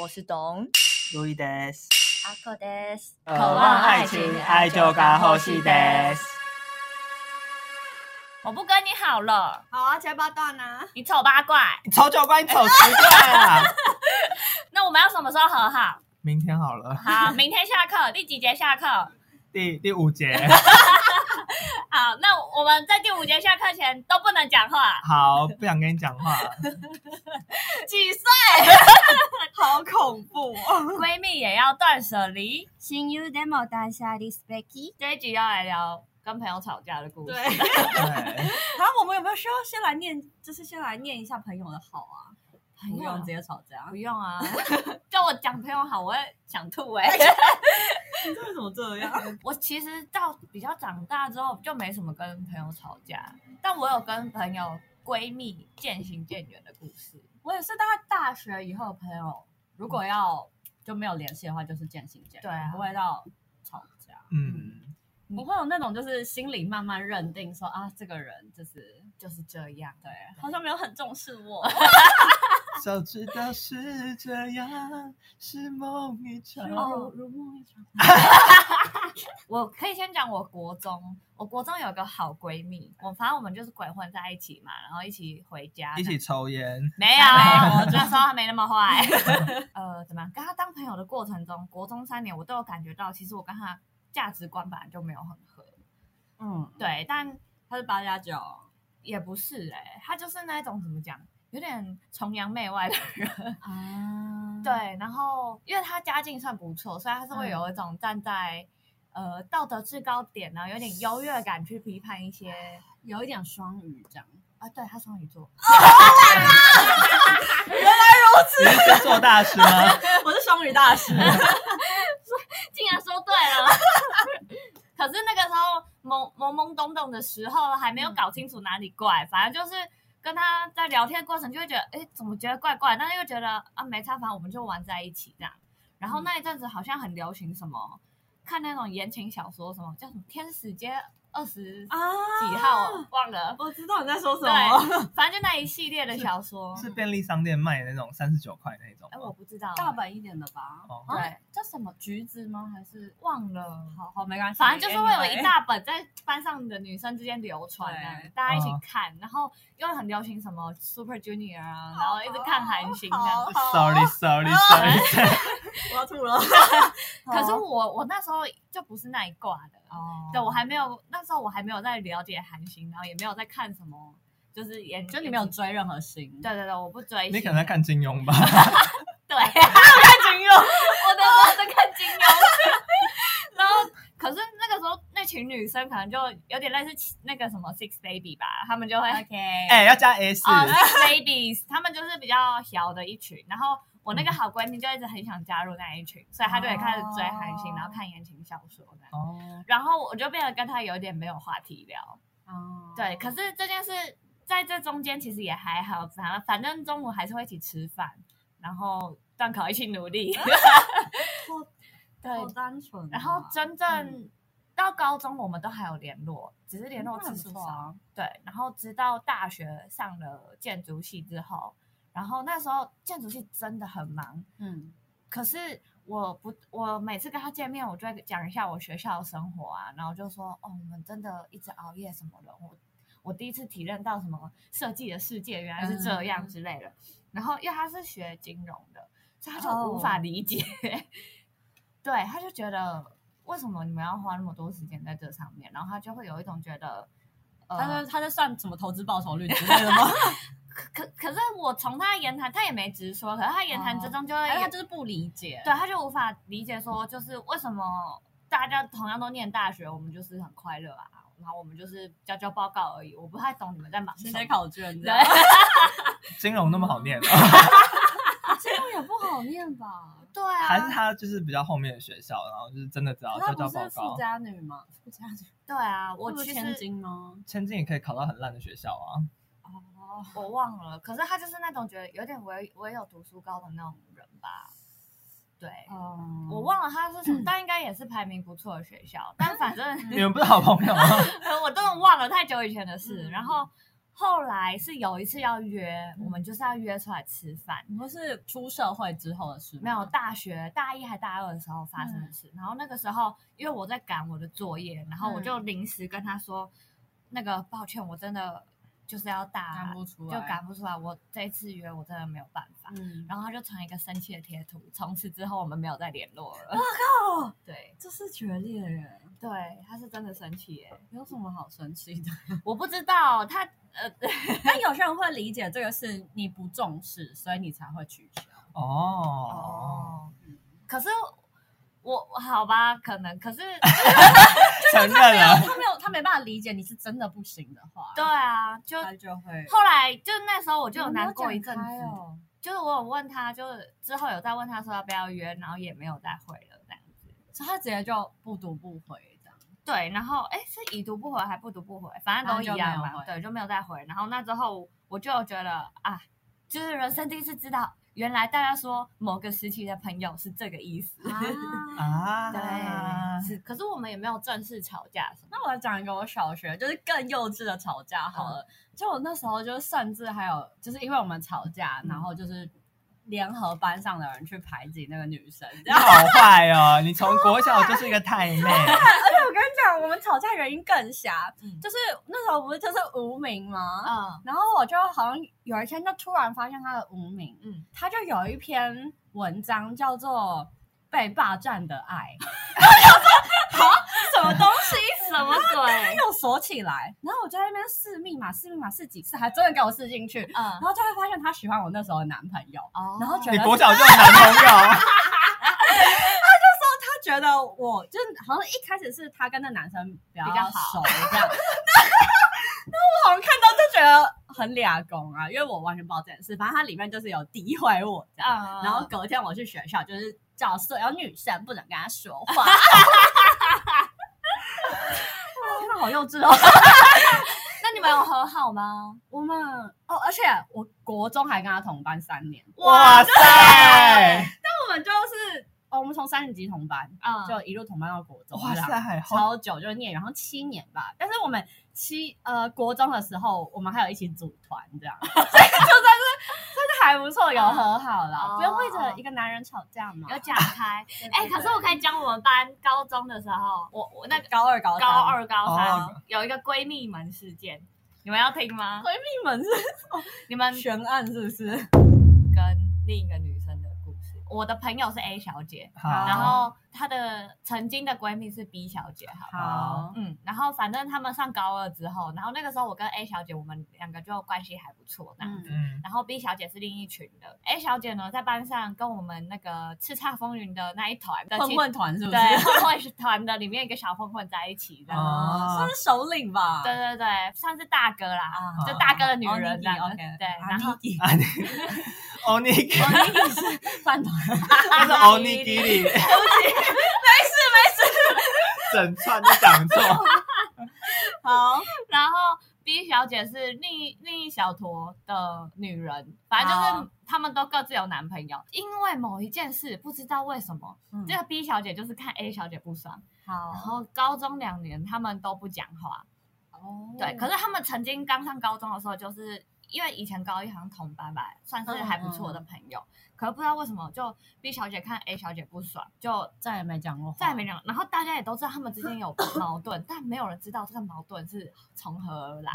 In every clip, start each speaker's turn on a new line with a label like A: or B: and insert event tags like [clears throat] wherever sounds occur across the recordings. A: 我是董
B: 路易德斯，
A: 阿克德斯，
B: 渴望爱情，爱就该呼吸德。
A: 我不跟你好了，
C: 好啊，切八段啊！
A: 你丑八怪。
B: 你丑九怪，你丑十怪啊！
A: 那我们要什么时候和好？
B: [laughs] 明天好
A: [laughs]
B: 了，
A: 好，明天下课，第几节下课？
B: 第第五 [laughs] 节，
A: 好，那我们在第五节下课前都不能讲话。
B: 好，不想跟你讲话。
A: 几 [laughs] 岁
C: 好恐怖哦！
A: 闺蜜也要断舍离？
D: 親友でも断捨離すべき。
A: 这一集要来聊跟朋友吵架的故事。
C: 对，
B: 对，
C: 然后我们有没有需要先来念？就是先来念一下朋友的好啊，不用直接吵架
A: 不。用啊，叫我讲朋友好，我会想吐哎、
C: 欸 [laughs] 你为什么这样？
A: [laughs] 我其实到比较长大之后，就没什么跟朋友吵架，但我有跟朋友闺蜜渐行渐远的故事。我也是大概大学以后的朋友，
C: 如果要就没有联系的话，就是渐行渐远，
A: 对啊
C: 不会到吵架。
B: 嗯，
C: 不会有那种就是心里慢慢认定说啊，这个人就是
A: 就是这样。
C: 对，好像没有很重视我。
B: 早知道是这样，是梦一场。
A: 哦
C: 如梦一场。
A: [laughs] 我可以先讲我国中，我国中有一个好闺蜜，我反正我们就是鬼混在一起嘛，然后一起回家，
B: 一起抽烟，
A: 没有，我那时候还没那么坏。呃，怎么样？跟她当朋友的过程中，国中三年我都有感觉到，其实我跟她价值观本来就没有很合。
C: 嗯，
A: 对，但
C: 他是八加九，
A: 也不是哎、欸，她就是那一种怎么讲，有点崇洋媚外的人。
C: 啊，
A: 对，然后因为她家境算不错，所以她是会
C: 嗯
A: 有一种站在、呃道德制高点呢，有点优越感去批判一些
C: 有一点双语这样。
A: 啊，对她双鱼座，
B: 你是星座大师 [laughs] 吗？
C: [laughs] 我是双语大师，
A: [laughs] 竟然说对了。 [laughs] 可是那个时候懵懵懵懂懂的时候，还没有搞清楚哪里
C: 嗯
A: 怪，反正就是跟他在聊天过程就会觉得，哎，怎么觉得怪怪，但是又觉得啊没差，反正我们就玩在一起
C: 嗯
A: 这样。然后那一阵子好像很流行什么，看那种言情小说，什么叫什么《天使街二十
C: 啊
A: 几号》忘了，
C: 我知道你在说什么。
A: 对，反正就那一系列的小
C: [laughs]
A: 说。
B: 是便利商店卖的那种三十九块那种
A: 哎，
B: 吗。
A: 我不知道，
C: 大本一点的吧，
B: 哦
A: 对
C: 啊，叫什么橘子吗？还是
A: 忘了。
C: 好好没关系，
A: 反正就是会有一
C: anyway
A: 大本在班上的女生之间流传啊
C: 对，
A: 大家一起
B: 哦
A: 看，然后又很流行什么 Super Junior 啊，然后一直看韩星这样。
C: 哦
B: 哦
C: 好
B: Sorry, sorry, sorry。
C: 我要吐了。
A: 可是我我那时候就不是那一挂的，
C: 哦
A: 对我还没有那时候我还没有在了解韩星，然后也没有在看什么，就是演
C: 就你没有追任何星，
A: 对对对，我不追星，
B: 你可能在看金庸吧？
A: 对，看金庸， [laughs] 我的我在看金庸。 [laughs] 然后，可是那个时候那群女生可能就有点类似那个什么 Six Baby 吧，她们就会
C: OK，
B: 哎，要加 S。
A: 啊、s i Babies，他们就是比较小的一群。然后我那个好闺蜜就一直很想加入那一群，所以她就也开始追韩星，
C: 哦
A: 然后看言情小说这样。
B: 哦，
A: 然后我就变得跟她有点没有话题聊。
C: 哦
A: 对，可是这件事在这中间其实也还好，反反正中午还是会一起吃饭，然后段考一起努
C: [laughs]
A: 力。对，
C: 好单纯哦，
A: 然后真正到高中我们都还有联络，只是联络
C: 那
A: 次
C: 很
A: 数
C: 不
A: 少。
C: 错啊
A: 对，然后直到大学上了建筑系之后，然后那时候建筑系真的很忙，
C: 嗯，
A: 可是我不，我每次跟他见面，我就会讲一下我学校的生活啊，然后就说哦，我们真的一直熬夜什么的，我我第一次体认到什么设计的世界原来是这样
C: 嗯
A: 之类的。然后因为他是学金融的，所以他就
C: 哦
A: 无法理解， [laughs] 对，他就觉得为什么你们要花那么多时间在这上面，然后他就会有一种觉得。呃
C: 他在他在算什么投资报酬率之类的吗？
A: 可可可是我从他的言谈，他也没直说，可是他言谈之中就会
C: 还是
A: 有
C: [laughs] 哦哎他就是不理解，
A: 对，他就无法理解说，就是为什么大家同样都念大学，我们就是很快乐啊，然后我们就是交交报告而已。我不太懂你们在忙什
C: 写
A: 么。
C: 写考卷
A: 对
C: 的，
B: 金融那么好念哦吗？
C: [laughs] 这样也不好念吧？
A: 对啊，
B: 还是他就是比较后面的学校，然后就是真的只要
C: 他
B: 交
C: 不
B: 交
C: 是
B: 报
C: 富
B: 告。
C: 家女吗？富家女，
A: 对啊，
C: 我
A: 我其
C: 千
A: 实
C: 金吗？
B: 千金也可以考到很烂的学校啊。
C: 哦，
A: 我忘了，可是他就是那种觉得有点唯唯有读书高的那种人吧。对，
C: 哦
A: 我忘了他是什
C: [clears throat]
A: 么，但应该也是排名不错的
C: [laughs]
A: 学校。但反正 [laughs]
B: 你们不是好朋友吗？
A: 我都忘了太久以前的事。
C: 嗯
A: 然后后来是有一次要约，我们就是要约出来吃饭，
C: 你说是出社会之后的事吗？
A: 没有大学大一还大二的时候发生
C: 嗯
A: 的事。然后那个时候，因为我在赶我的作业，然后
C: 嗯
A: 我就临时跟他说，那个抱歉，我真的就是要
C: 看
A: 大，
C: 不出
A: 就
C: 来，
A: 赶不出来，我这一次约我真的没有办法。
C: 嗯，
A: 然后他就传一个生气的贴图，从此之后我们没有再联络
C: [laughs]
A: 了。
C: 哦，
A: 对
C: 这是决裂耶，
A: 对，他是真的生气耶、
C: 有什么好生气 [laughs] 的？
A: 我不知道他呃，
C: 但有些人会理解这个是你不重视，所以你才会取 [laughs] 消。
B: 哦，
A: 哦，可是我好吧，可能
C: [laughs]
A: 可是
B: 承认了，
C: 他没有，他没办法理解你是真的不行的话，
A: 对，啊，就
C: 他就会
A: 后来就那时候我就有
C: 你没
A: 难过一阵
C: 讲开
A: 子，
C: 哦
A: 就是我有问他，就是之后有再问他说要不要约，然后也没有再回了这样子。
C: 所以他直接就不读不回这样。
A: 对，然后哎是已读不回还不读不回，反正都
C: 反正
A: 一
C: 就没
A: 样
C: 有
A: 嘛，
C: 回
A: 对，就没有再回。然后那之后我就觉得啊，就是人生第一次知道，原来大家说某个时期的朋友是这个意思。
B: 啊，
A: 对，是，可是我们也没有正式吵架什么。
C: 嗯那我来讲一个我小学就是更幼稚的吵架好了。就我那时候就是甚至还有就是因为我们吵架，然后就是联合班上的人去排挤那个女生。
B: 你
C: 然后
B: 好坏哦，你从国小就是一个太妹，
C: 而且我跟你讲，我们吵架原因更瞎，
A: 嗯
C: 就是那时候不是就是无名吗？
A: 嗯
C: 然后我就好像有一天就突然发现他的无名，
A: 嗯，
C: 他就有一篇文章叫做《被霸占的 [laughs] 爱》，
A: 什么东西？什么鬼？
C: 又锁起来，然后我就在那边试密码，试密码试几次，还真的给我试进去，
A: 嗯
C: 然，后就会发现他喜欢我那时候的男朋友，
A: 哦
C: 然后觉
B: 你
C: 得
B: 国小就有男朋友，
C: 他觉得我就是好像一开始是他跟那男生比较
A: 比较好
C: [laughs] 熟这样，然后我好像看到就觉得很俩公啊，因为我完全不知道这件事，反正他里面就是有诋毁我这样，
A: 嗯，
C: 然后隔天我去学校就是叫所有女生不准跟他说话。
A: [laughs]
C: [laughs] 那好幼稚哦！
A: 那你们有和好吗？
C: 我们哦，而且我国中还跟他同班三年，
B: 哇塞，
C: 那我们就是哦，我们从三年级同班，
A: 嗯，
C: 就一路同班到国中，
B: 哇
C: 这样
B: 塞，好
C: 超久，就是念，然后七年吧。但是我们七呃国中的时候，我们还有一起组团这样，所以就算是算是还不错，有和好
A: 哦
C: 了，不用为着一个男人吵架嘛。
A: 有讲开。[laughs]
C: 对
A: 哎、可是我可以讲我们班高中的时候，我我那个
C: 高二高
A: 高二高三、
B: 哦
A: 有一个闺蜜门事件，你们要听吗？
C: 闺蜜们是
A: 你们
C: 悬案是不是？
A: 跟另一个女生的故事。我的朋友是 A 小姐，
B: 好，
A: 然后她的曾经的闺蜜是 B 小姐，好了。
B: 好
A: 嗯，然后反正他们上高二之后，然后那个时候我跟 A 小姐，我们两个就关系还不错，这样
C: 嗯，
B: 嗯，
A: 然后 B 小姐是另一群的，A 小姐呢在班上跟我们那个叱咤风云的那一团的
C: 混
A: 其
C: 混团是不是？
A: 对混混团的里面一个小混混在一起的，
B: 哦
C: 算是首领吧。
A: 对对对，算是大哥啦，
C: 啊
A: 就大哥的女人这样
C: 哦
A: 子，
C: ，Niki，OK
A: 对，
C: 啊
A: 然后
C: Niki
B: 啊你， [laughs] 欧尼基，
C: 哦，Niki 是饭团，
A: 啊
B: 那是欧尼基里，整串就讲错，
C: [laughs] 好，
A: 然后 B 小姐是另一另一小坨的女人，反正就是
C: 好
A: 他们都各自有男朋友，因为某一件事不知道为什么，
C: 嗯
A: 这个 B 小姐就是看 A 小姐不爽，然
C: 好，
B: 哦
A: 后高中两年他们都不讲话，
C: 哦
B: 嗯
A: 对，可是他们曾经刚上高中的时候，就是因为以前高一好像同班吧，算
B: 嗯
A: 是还不错的朋友。可是不知道为什么，就 B 小姐看 A 小姐不爽，就
C: 再也没讲过话，
A: 再也没讲。然后大家也都知道他们之间
C: [clears throat]
A: 有矛盾，但没有人知道这个矛盾是从何而来。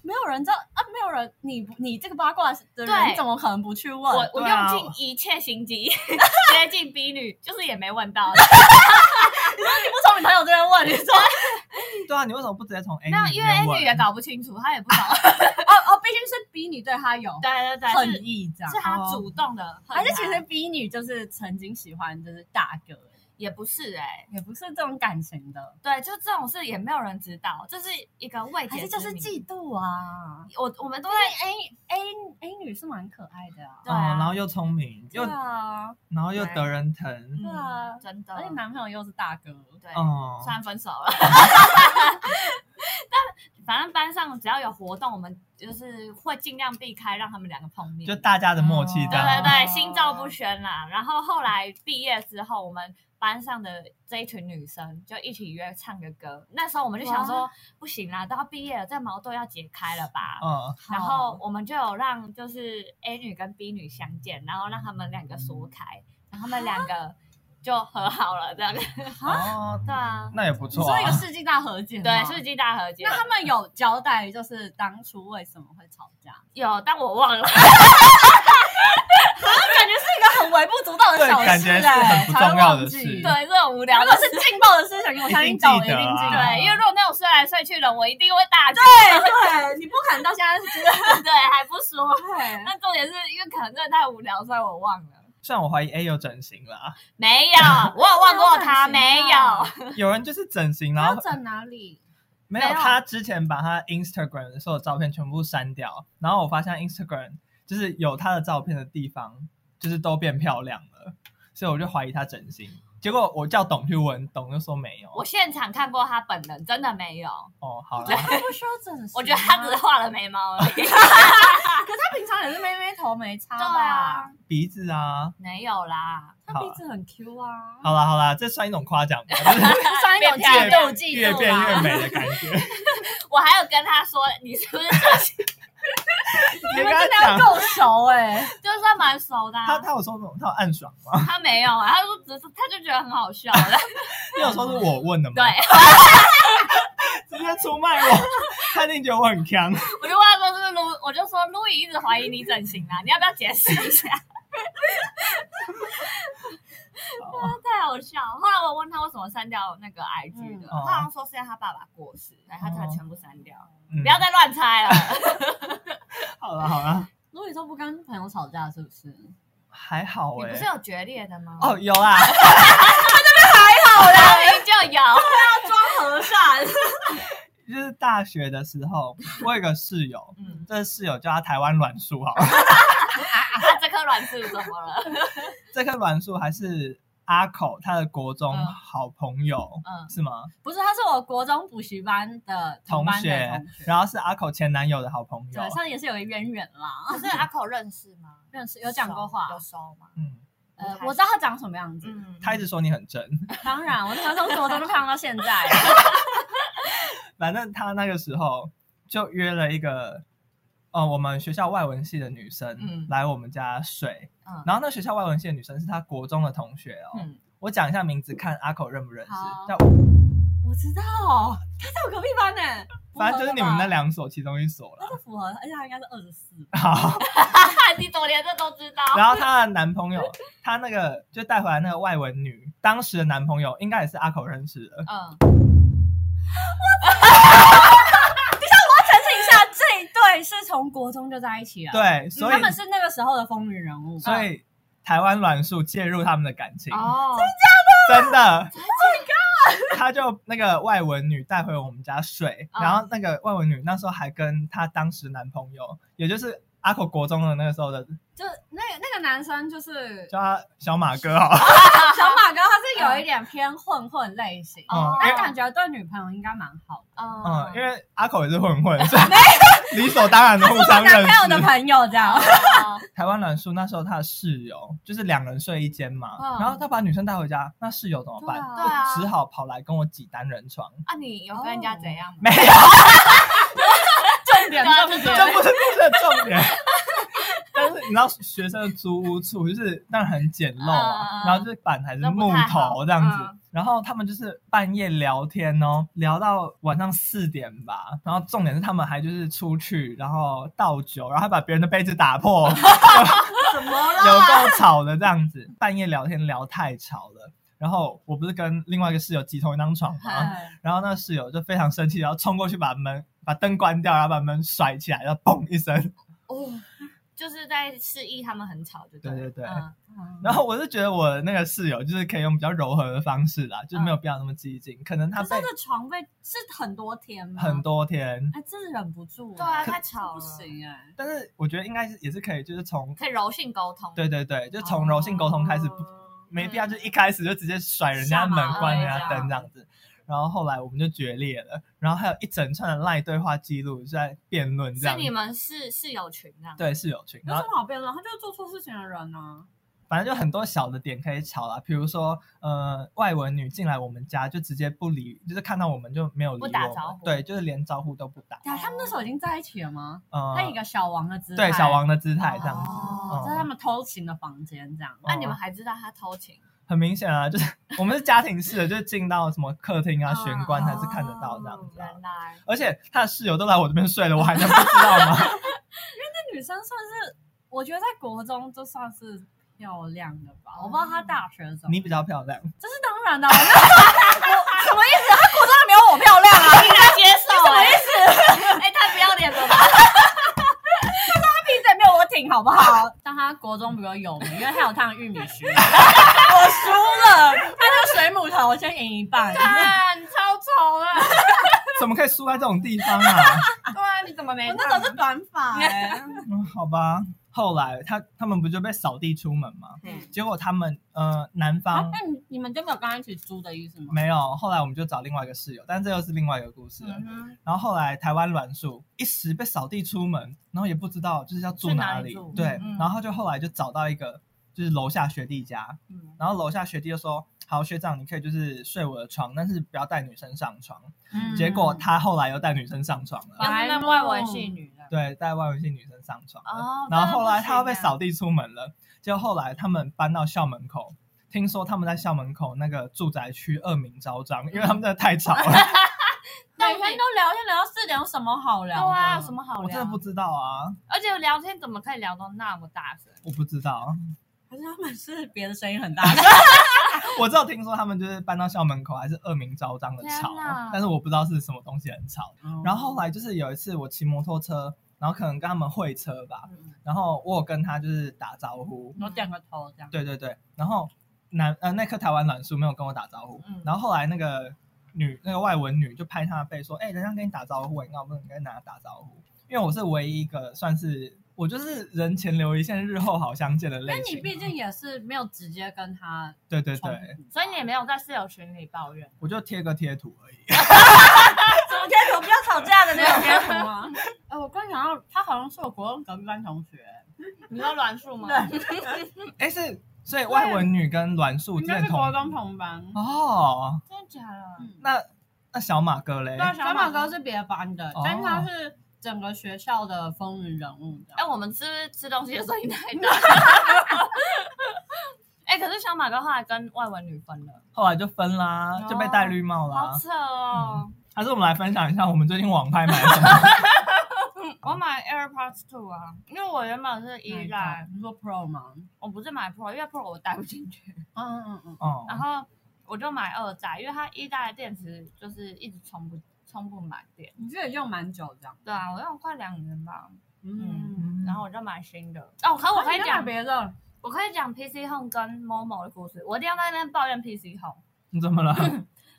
C: 没有人知道啊，没有人，你不你这个八卦的
A: 对
C: 人怎么可能不去问？
A: 我我
B: 对啊
A: 用尽一切心
C: [laughs]
A: 机接近 B 女，就是也没问到。
C: 哎你不从你朋友这边问，你说 [laughs]
B: 对啊，你为什么不直接从 A
A: 那
B: 里
A: 因为 A
B: 面问
A: 女也搞不清楚，她也不懂。
C: [laughs] 哦哦，毕竟是逼你对他有
A: 对对对，
C: 恨
A: 是
C: 意这样
A: 是，她主动的恨她，
C: 哦还是其实逼你就是曾经喜欢就是大哥，
A: 也不是哎、
C: 也不是这种感情的，
A: 对，就这种事也没有人知道，这是一个未
C: 还
A: 解
C: 是
A: 之
C: 就
A: 谜。
C: 是嫉妒啊。
A: 我我们都在
C: 对 A A A 女是蛮可爱的啊，
A: 对啊
B: 哦然后又聪明，又
C: 对啊，
B: 然后又得人
A: 嗯
B: 疼，
C: 对啊
A: 真的，
C: 而且男朋友又是大哥，
A: 对，
B: 哦
A: 虽，然分手了， [laughs] 但反正班上只要有活动，我们就是会尽量避开让他们两个碰面。
B: 就
A: 对
B: 大家的默契这
A: 嗯对
B: 样，
A: 对，心照不宣啦。然后后来毕业之后，我们班上的这一群女生就一起约唱个歌。那时候我们就想说，不行啦，都要毕业了，这矛盾要解开了吧。
B: 嗯，
A: 然后我们就有让就是 A 女跟 B 女相见，然后让他们两个说开，然后他们两个就和好了，这样。
B: 哦，
A: 对啊，
B: 那也不
C: 你
B: 错
C: 说一
B: 啊
C: 个。世纪大和解吗，
A: 对，世纪大和解。
C: 那他们有交代，就是当初为什么会吵架？
A: 有，但我忘了。
C: 感觉是一个很微不足道的
B: 对
C: 小事、欸，
B: 感觉是很不重要的事
C: 才会忘
B: 对
C: 记
A: [laughs] 对，这种无聊
C: 如
A: 的
C: 果
A: 事。哦
C: 是劲爆的事情，我相信懂，一
B: 一定记得
C: 定
B: 啊
C: 记得。
A: 对，因为如果那种睡来睡去的，我一定会大 [laughs] 叫。
C: 对对，你不可能到现在是知道。
A: [laughs] 对，还不说。
C: 对
A: 那重点是因为可能真的太无聊，所以我忘了。
B: 虽然我怀疑 A 有整形啦，
A: 没有，我有问过他， [laughs] 没有。 [laughs]
B: 有人就是整形，然后
C: 整哪里？
B: 没有
A: 没有
B: 他之前把他 Instagram 的所有照片全部删掉，然后我发现 Instagram 就是有他的照片的地方，就是都变漂亮了，所以我就怀疑他整形。结果我叫董去问，董就说没有。
A: 我现场看过他本人，真的没有。
B: 哦，好
C: 我觉得
B: 啦，
A: [laughs]
C: 他不需要整形啊，
A: 我觉得他只是画了眉毛而 [laughs] 已。
C: 可是他平常也是妹妹头没擦吧？
A: 对啊，
B: 鼻子啊，
A: 没有啦，
C: 他鼻子很 Q 啊。
B: 好啦好啦，这算一种夸奖吧，就是
C: 上一
B: [laughs]
C: 种
A: 变
C: 嫉
A: 漂
C: 妒，
A: 亮
C: 嫉妒
B: 越变越
C: 啊
B: 美的感
C: [laughs]
B: 觉。
A: 我还有跟他说，你是 [laughs] 不是整形？
B: 你
C: 你
B: 跟
C: 们真的
B: 他
C: 要
B: 讲，
C: 够熟哎、
A: 就算蛮熟的啊、
B: 他他有说什么？他有暗爽吗？ [laughs]
A: 他没有啊，他说只是他就觉得很好笑了。 [laughs]
B: 你有说是我问的吗？
A: 对，，
B: 直接出卖我，他一定觉得我很强。
A: 我就问他说是不是路，我就说路易一直怀疑你整形啊啦、你要不要解释一下？太好笑。后来我问他为什么删掉那个 IG 的，
B: 嗯哦
A: 他好像说是因为他爸爸过世，然后他才全部删掉。
B: 嗯
A: 不要再乱猜了，
B: 好了好了，
C: 路易都不跟朋友吵决定架，是不是？
B: 还好
A: [laughs] 你
B: 哎、
A: 不是有决裂的吗？
B: 哦，有啦，
A: 好啦，明明就有。
C: 和善，
B: 就是大学的时候，我有一个室友，
A: 嗯，啊
B: 这室友叫他台湾卵树好了， [laughs]
A: 他这颗卵是怎么了？
B: 这棵卵树还是阿口他的国中
A: 嗯
B: 好朋友，
A: 嗯
B: 是吗？
C: 不是，他是我国中补习班的
B: 同
C: 班的
B: 学
C: 同，学，
B: 然后是阿口前男友的好朋友
C: 对，，上也是有一渊源啦。
A: 可
C: [laughs]
A: 是阿口认识吗？
C: 认识有讲过话
A: 有，熟吗？
B: 嗯，
C: 呃，我知道他长什么样子。
A: 嗯，
B: 他一直说你很正，
C: [laughs] 当然，我从从国中就看到现在，
B: 反正他那个时候就约了一个，呃，我们学校外文系的女生、
A: 嗯
B: 来我们家睡，
A: 嗯
B: 然后那学校外文系的女生是他国中的同学哦，
A: 嗯 [laughs]
B: 我讲一下名字，看阿口认不认识
C: 好，
B: 叫
C: [laughs] 我知道他在我隔壁班呢、
B: 反正就是你们那
C: 两，
B: 两所其中一所啦
C: 他。是符合，而且他应该是二十四。
B: 好，
A: 你怎么连这都知道？
B: 然后她的男朋友，她那个就带回来那个外文女，当时的男朋友应该也是阿口认识的。
A: 嗯，
C: 澄清一下，这一对是从国中就在一起了，嗯，
B: 对，所以
C: 他们是那个时候的风云人物，
B: 所以台湾卵树介入他们的感情，
A: 哦，
B: [laughs] 真
C: Oh
B: 的。他就那个外文女带回我们家睡，
C: 哦
A: 嗯
B: 然后那个外文女那时候还跟她当时男朋友，也就是阿口国中的那个时候的，
C: 就那个那个男生就是
B: 叫他小马哥好了。
C: 小马哥，他是有一点偏混混类型，
A: 哦
C: 但感觉对女朋友应该蛮好的，
B: 嗯
A: 嗯，，
B: 因为阿口也是混混，
C: [laughs]
B: 所以理所当然的互
C: 我
B: 相
C: 男
B: 认
C: 朋友的
B: 识。
C: 朋友这样。
B: [laughs]
A: 哦
B: 台湾栾树那时候他的室友就是两人睡一间嘛，
C: 嗯
B: 然后他把女生带回家，那室友怎么办？
C: 对
A: 啊
B: 就只好跑来跟我挤单人
C: [laughs]
B: 床。
A: 啊，你有跟人家怎样吗？
B: 没有，
C: 重点
A: 重点
B: 这不是这不是重点。但是你知道学生的租屋处就是当然很简陋
A: 嗯
B: 啊
A: 嗯，嗯
B: 然后就是板还是木头这样子，然后他们就是半夜聊天哦，聊到晚上四点吧，然后重点是他们还就是出去然后倒酒，然后还把别人的杯子打
A: [laughs]
B: 破，
C: 怎么
B: 有？够吵的这样子，半夜聊天聊太吵了。然后我不是跟另外一个室友挤同一张床
A: 嗯
B: 吗？然后那室友就非常生气，然后冲过去把门把灯关掉，然后把门甩起来，然后嘣一声。
A: 哦，就是在示意他们很吵，就
B: 对
A: 对
B: 对对
A: 嗯
B: 然后我是觉得我那个室友就是可以用比较柔和的方式啦，就是没有必要那么激进。可能他
C: 可是
B: 被
C: 他的床被是很多天吗？
B: 很，多天，
C: 哎，真的忍不住欸。
A: 对啊
C: 这
A: 太吵
C: 不
A: 了
C: 行哎。
B: 但是我觉得应该是也是可以，就是从
A: 可以柔性沟通。
B: 对对对，就从柔性沟通开始，
A: 哦
B: 不没
A: 嗯
B: 必要就一开始就直接甩人家门、关人家
A: 啊
B: 灯这样子。然后后来我们就决裂了，然后还有一整串的赖对话记录就在辩论这
A: 是
B: 样。
A: 你们是室友群啊？
B: 对室友群，
C: 有
B: 然
C: 什
B: 后
C: 么好辩论？他就是做错事情的人呢。啊
B: 反正就很多小的点可以吵啦，比如说，呃，外文女进来我们家就直接不理，就是看到我们就没有理
A: 不
B: 我
A: 打
B: 们
A: 招呼
B: 对，就是连招呼都不打。
C: 对啊，他们那时候已经在一起了吗？
B: 呃，
C: 他以一个小王的姿态，
B: 对小王的姿态这样子，
C: 哦
B: 嗯，
C: 在他们偷情的房间这样。
A: 那、
B: 哦
C: 哎
A: 你们还知道他偷情？
B: 很明显啊，就是 [laughs] 我们是家庭式的，就是进到什么客厅啊、
C: 哦
A: 嗯
B: 玄关还是看得到这样子啊、
A: 原来
B: 而且他的室友都来我这边睡了，我还能不知道吗？ [laughs]
C: 那女生算是，我觉得在国中就算是漂亮的吧。我不知
A: 哦
C: 道她大学怎么，
B: 你比较漂亮，
C: 这是当然的。我我 [laughs] 什么意思？她国中也没有我漂亮啊。
A: 应该接受、欸，什么意
C: [laughs]
A: 思？哎、太不要脸了吧！
C: 鼻子也没有我挺，好不好？但他国中比较有名，因为他有烫玉米须。 [laughs] 我输了，他那水母头我先赢一半。我
A: 看，你超丑的。
B: 怎么可以输在这种地方啊？ [laughs]
A: 对啊，你怎么没？
C: 那时候是短发、 [laughs] 欸，
B: 嗯，好吧。后来他他们不就被扫地出门吗？
A: 嗯
B: 结果他们呃男
C: 啊
B: 方、
C: 那你你们就没有跟他一起租的意思吗？
B: 没有，后来我们就找另外一个室友，但这又是另外一个故事了。
C: 嗯
B: 然后后来台湾栾树一时被扫地出门，然后也不知道就是要住
A: 去
B: 哪
A: 哪
B: 里，
A: 里住
B: 对，
C: 嗯
B: 然后他就后来就找到一个就是楼下学弟家，
A: 嗯
B: 然后楼下学弟就说：“好，学长，你可以就是睡我的床，但是不要带女生上床。
C: 嗯
B: 结果他后来又带女生上床了，
A: 又是那外文系女的。
B: 对，带外文系女生上床了。
A: 哦
B: 然后后来他又
A: 要
B: 被扫，地出门了，
A: 啊
B: 结果后来他们搬到校门口，听说他们在校门口那个住宅区恶名昭彰，因为他们真的太
A: [laughs]
B: 吵了，
C: 每天都聊天聊到四点，有什么好
A: 对
C: 聊的？
A: 啊，有什么好
B: 我真的
A: 聊
B: 不？知道啊，
A: 而且聊天怎么可以聊到那么大声？
B: 我不知道，
C: 还是他们是别的声音很大 [laughs] 声？
B: [laughs] 我只有听说他们就是搬到校门口还是恶名昭彰的吵
A: 天哪，
B: 但是我不知道是什么东西很吵。
C: 嗯
B: 然后后来就是有一次我骑摩托车，然后可能跟他们会车吧，
C: 嗯
B: 然后我有跟他就是打招呼，
C: 我点个头这样。
B: 对对对，然后男呃那棵台湾栾树没有跟我打招呼，
A: 嗯
B: 然后后来那个女那个外文女就拍他的背说，哎、人家跟你打招呼，你干嘛不能跟大家打招呼？因为我是唯一一个算是我就是人前留一线，日后好相见的
C: 因为
B: 类型。
C: 你毕竟也是没有直接跟他
B: 对对
C: 冲
B: 对，
C: 突，
A: 所以你也没有在室友群里抱怨。
B: 我就贴个贴图而已。
C: 怎么贴图不要吵架的那种贴图 [laughs] 吗？哎，我刚想到，他好像是我国中隔壁班同学，
A: 你说栾树吗？
B: 哎、是所以外文女跟栾树
C: 应该
B: 认
C: 是
B: 同
C: 国中同班。
B: 哦，
A: 真的假的？
C: 嗯
B: 那那小马哥嘞
C: 对，？啊，小马哥是别班的
B: 哦，
C: 但他是整个学校的风云人物这
A: 哎、
C: 样。
A: 我们吃吃东西的声音太大。
C: [laughs]
A: [laughs] 哎、可是小马哥后来跟外文女分了，
B: 后来就分啦，就被戴绿帽
C: 啊
B: 啦
A: 好。扯哦！
B: 还是我们来分享一下我们最近网拍买了什么？
C: 嗯
A: 我买 AirPods Two 啊，因为我原本是依赖，
C: 你说 Pro 吗？
A: 我不是买 Pro，因为 Pro 我带不进去，
C: 嗯嗯嗯，
B: 哦，
A: 然后我就买二代，因为它一代的电池就是一直充不充不满电。
C: 你这也用蛮久这样。
A: 对啊，我用快两年吧，
C: 嗯，
B: 嗯
A: 然后我就买新的。哦，可我可以
C: 啊你要买
A: 讲，
C: 别的，
A: 我可以讲 PC Home 跟 Momo 的故事，我一定要在那边抱怨 PC Home。
B: 你怎么了？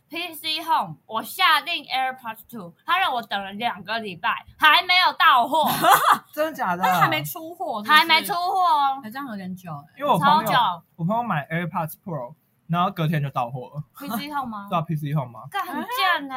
A: PC Home，我下定 AirPods Two，他让我等了两个礼拜，还没有到
C: [laughs]
A: 货，
B: 真的假的？
C: 但还没出货，是不是
A: 还没出，货哦，
C: 哎，这样有点久哎。
B: 因为我
A: 超
B: 朋
A: 久
B: 友。我朋友买 AirPods Pro，然后隔天就到货了，
A: PC Home 吗
C: [laughs]
B: 知？道 PC Home 吗？
A: 干很贱呢、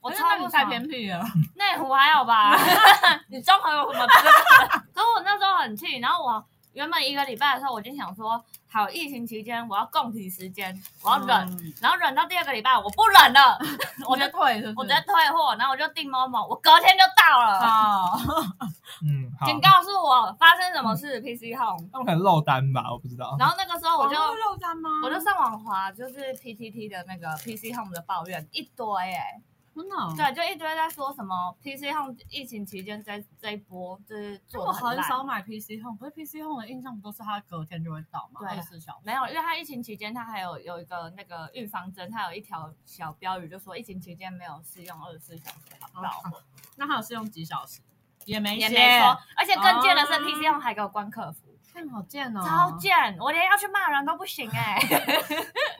A: 我
C: 哎
A: 超
C: 那
A: 不
C: 你太
A: 爽。
C: 偏僻了。
A: 内湖还好
C: [laughs]
A: 吧？ [laughs] 你中和有什么 [laughs] 资格？可我那时候很气，然后我原本一个礼拜的时候，我就想说，好，疫情期间我要供体时间，我要忍，
C: 嗯，
A: 然后忍到第二个礼拜，我不忍
C: [laughs]
A: 了，我
C: 我
A: 就
C: 就退是不是？哦
A: 我直接退货，然后我就订某某，我隔天就到了。
C: 好，嗯
B: 嗯，
A: [laughs]
B: 好。
A: 请告诉我发生什么事，PC Home。
B: 他们可能漏单吧，我不知道。
A: 然后那个时候我就
C: 网络肉干吗？
A: 我就上网滑，就是 PTT 的那个 PC Home 的抱怨一堆哎、
C: 真的哦，
A: 对，就一堆在说什么 PC Home 疫情期间这这一波就是
C: 因
A: 做
C: 为我
A: 的很
C: 哦很
A: 烂。
C: 少买 PC Home，可是 PC Home 的印象不都是它隔天就会到吗？
A: 对
C: 二十四小时。
A: 没有，因为它疫情期间，它还有有一个那个预防针，它有一条小标语，就说疫情期间没有试用二十四小时好到，
C: 哦那它有是用几小时？也没
A: 也
C: 写
A: 没说。而且更贱的是
C: 哦
A: ，PC Home 还给我关客服，
C: 看好贱哦，
A: 超贱！我连要去骂人都不行哎。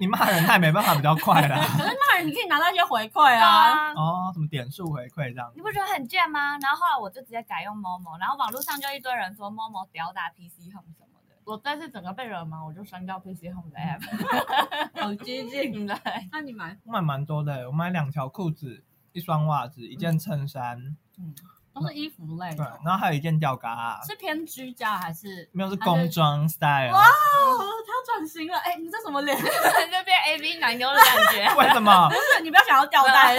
B: 你骂人，他也没办法比较快啦。
C: [laughs] 可是骂人，你可以拿到一些回馈
A: 对
C: [laughs] 啊。
A: 啊，
B: 哦，什么点数回馈这样
A: 你？不觉得很贱吗？然后后来我就直接改用 Momo，然后网络上就一堆人说 Momo 屌打 PC Home 什么的。我但是整个被惹毛，我就删掉 PC [laughs] Home 的 app。
C: 好激进。
A: 对，
C: 那你买
B: 我买蛮多的，我买两条裤子，一双袜子，一件衬衫，
A: 嗯
C: 都是衣服类
B: 对啊
C: 的，，
B: 然后还有一件吊嘎、啊，
C: 是偏居家还是？
B: 没有是
C: 还
B: 工装 style，
C: 哇哦，他转型了，哎，你这什么脸？ [laughs] 不
A: 就变 A V 男优的感
B: [laughs]
A: 觉。
B: 为什么？
C: 是，你不要想要吊 [laughs] 带，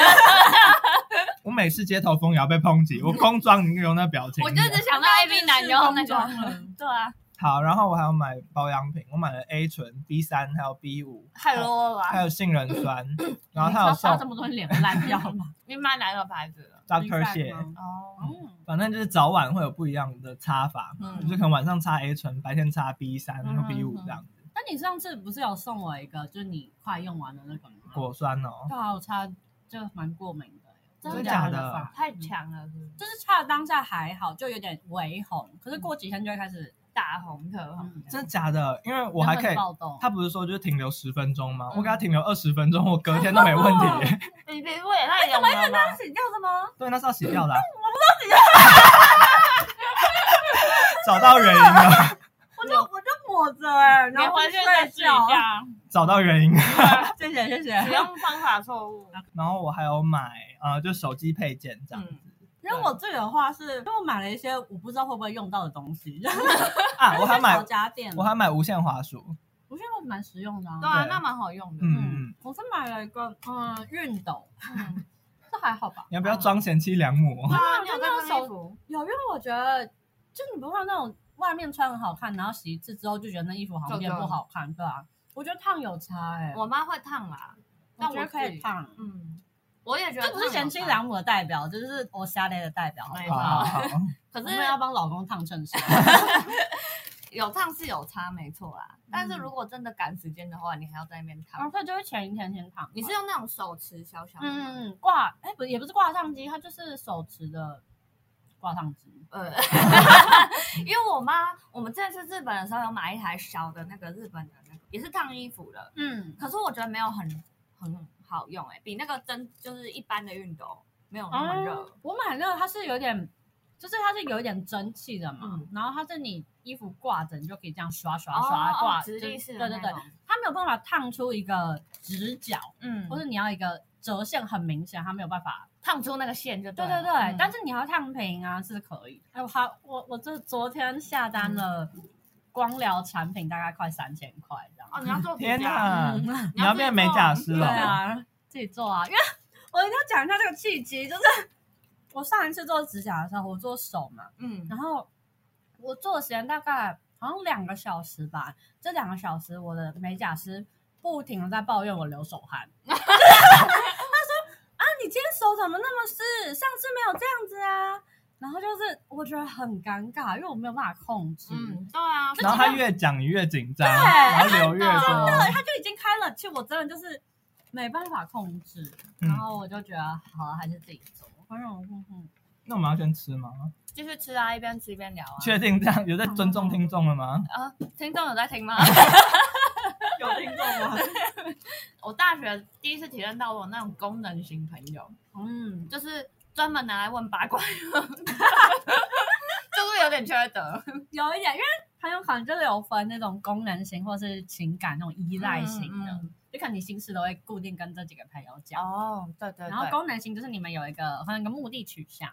B: 我每次街头风也要被抨击，我工装你有那表情。
A: 我就只
C: [laughs]
A: 想到 A [laughs] V 男优那
C: 装
A: 种。
C: 了。
A: [laughs] 对啊，
B: 好，然后我还有买保养品，我买了 A 醇、B 三还有 B 五，
A: 太 low 了
B: 还
A: 吧？
B: 有杏仁酸，然后它有
C: 你知道他这
B: 送
C: 么多脸会烂掉
B: [laughs]
C: 吗
A: 你买哪个牌子的？
B: Doctor 蟹，
A: 哦，
C: 嗯，
B: 反正就是早晚会有不一样的擦法，
A: 嗯
B: 就可能晚上擦 A 醇，白天擦 B 三
C: 嗯
B: 和 B 五这样子。
C: 那你上次不是有送我一个，就是你快用完的那个吗？
B: 果酸哦，
C: 对啊，我擦，就蛮过敏的，
A: 真的
C: 就
A: 假
B: 的
C: 发
A: 太，强了，是不是
C: 就是擦当下还好，就有点微红，可是过几天就会开始，
A: 大红特红。
C: 嗯
B: 真的假的？因为我还可以
C: 原本。暴动。
B: 他不是说就是停留十分钟吗？
A: 嗯
B: 我给他停留二十分钟，我隔天都没问题耶。
A: 你皮肤也太油了吧？
C: 洗掉什么？
B: 对，那是要洗掉的啊。找到原因了，
C: 我就我就抹着哎，
A: 你
C: 然后
A: 回
C: 就
A: 去再
C: 睡
A: 试一
C: 觉。
A: 下，
B: 找到原因了。
C: [laughs] 谢谢谢谢。
A: 使用方法错误。
B: 然后我还有买呃，就手机配件
A: 嗯
B: 这样子、
C: 因为我自己的话是，因为我买了一些我不知道会不会用到的东 [laughs] 西，
B: 啊。我还
C: 小
B: 买
C: 家电，
B: 我还买无线滑鼠，
C: 我觉得蛮实用的啊。
A: 对啊，
B: 对
A: 那蛮好用的。
B: 嗯，
C: 我是买了一个嗯熨斗，
A: 嗯，
C: [laughs] 这还好吧？
B: 你要不要装贤妻良
C: [laughs] 啊
B: 母？
A: 哇，你
C: 就
A: 有
C: 那
A: 看
C: 种
A: 到
C: 手
A: 衣服？
C: 有，因为我觉得就你不会有那种外面穿很好看，然后洗一次之后就觉得那衣服好像变不好看，对啊。我觉得烫有差哎、
A: 我妈会烫啦，但
C: 觉得可以烫。
A: 嗯，我也觉得
C: 这不是贤妻良母的代表，这就是我瞎类的代表。
A: 没
B: 好
A: 错
B: 好
C: 好
B: 好，
A: 可
C: 可
A: 是
C: 是要帮老公烫 [laughs] 衬衫，
A: 有烫是有差，没错啦。但
C: 嗯
A: 是如果真的赶时间的话，你还要在那边
C: 然
A: 烫。
C: 后哦就会前一天先烫。
A: 你是用那种手持小小的吗，
C: 嗯嗯挂哎不也不是挂烫机，它就是手持的挂烫机。
A: 呃，因
C: [laughs]
A: 为我妈，我们这次去日本的时候有买一台小的那个日本的那个，也是烫衣服的，
C: 嗯，
A: 可是我觉得没有很很好用、欸，哎，比那个真就是一般的熨斗没有那么
C: 哦
A: 热。
C: 我买那个它是有点，就是它是有一点蒸汽的嘛，
A: 嗯
C: 然后它是你衣服挂着，你就可以这样刷刷
A: 哦
C: 刷
A: 哦
C: 挂，
A: 直立式
C: 就
A: 的
C: 对
A: 那
C: 对
A: 种
C: 对，它没有办法烫出一个直角，
A: 嗯
C: 或是你要一个折线很明显，它没有办法。
A: 烫出那个线就
C: 对
A: 对
C: 对对，
A: 了嗯
C: 但是你要烫平啊是可以。嗯哎，我还我我这昨天下单了光疗产品，大概快三千块这样。
A: 哦，你要做
B: 天
A: 哪，
B: 哪！
C: 嗯
B: 你要变美甲师
C: 对
B: 了、
C: 啊，自己做啊，因为我一定要讲一下这个契机，就是我上一次做指甲的时候，我做手嘛，
A: 嗯，
C: 然后我做的时间大概好像两个小时吧，这两个小时我的美甲师不停的在抱怨我流手汗， [laughs] 他说啊，你今天手怎么那么湿？上次没有这样子啊。然后就是我觉得很尴尬，因为我没有办法控制。
A: 嗯，对啊，
B: 然后他越讲你越紧张，
C: 对
B: 然后流越
A: 真
C: 对，
B: 多。
C: 他就已经开了，其实我真的就是没办法控制，
B: 嗯
C: 然后我就觉得好了，还是自己做。反正我哼哼，
B: 那我们要先吃吗？
A: 继续吃啊，一边吃一边聊啊。
B: 确定这样有在尊重听众了吗？
A: 啊，听众有在听
B: [laughs]
A: 吗？
B: 有听众吗？
A: 我大学第一次体验到我有那种功能型朋友，
C: 嗯，
A: 就是专门拿来问八卦， [laughs] 就是有点缺德。
C: 有一点，因为他有可能就是有分那种功能型或是情感那种依赖型的，
A: 嗯嗯
C: 就可能你心事都会固定跟这几个朋友讲。
A: 哦，对对
C: 然后功能型就是你们有一个好像一个目的取向，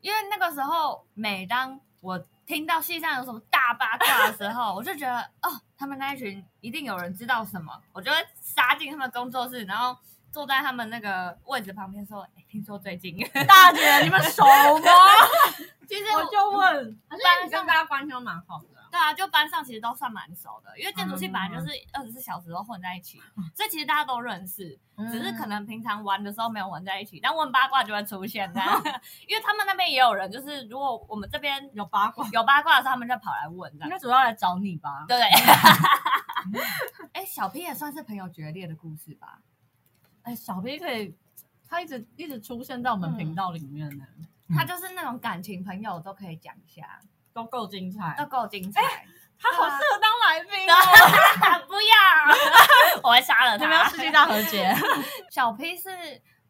A: 因为那个时候，每当我听到戏上有什么大八卦的时候，我就觉得哦，他们那一群一定有人知道什么，我就会杀进他们工作室，然后坐在他们那个位置旁边说：“哎，听说最近……”
C: 大姐你们熟吗？ [laughs]
A: 其实 [laughs]
C: 我就问，还是
A: 班
C: 你跟大家关系都蛮好的啊。
A: 对啊，就班上其实都算蛮熟的，因为建筑系本来就是二十四小时都混在一起，所以其实大家都认识，
C: 嗯
A: 只是可能平常玩的时候没有玩在一起，但问八卦就会出现的。因为他们那边也有人，就是如果我们这边
C: 有八卦，
A: 有八卦的时候，他们就跑来问这样，
C: 应该主要来找你吧？
A: 对不对？哎，小 P 也算是朋友决裂的故事吧？
C: 哎，小 P 可以，他一直一直出现在我们频道里面呢，
B: 嗯
A: 他就是那种感情朋友都可以讲一下，
C: 都够精彩
A: 都够精彩。
C: 他好适合当来宾哦，
A: 不要， [laughs] 我会杀了
C: 你
A: 他。
C: 们要世纪大和解？
A: [laughs] 小 P 是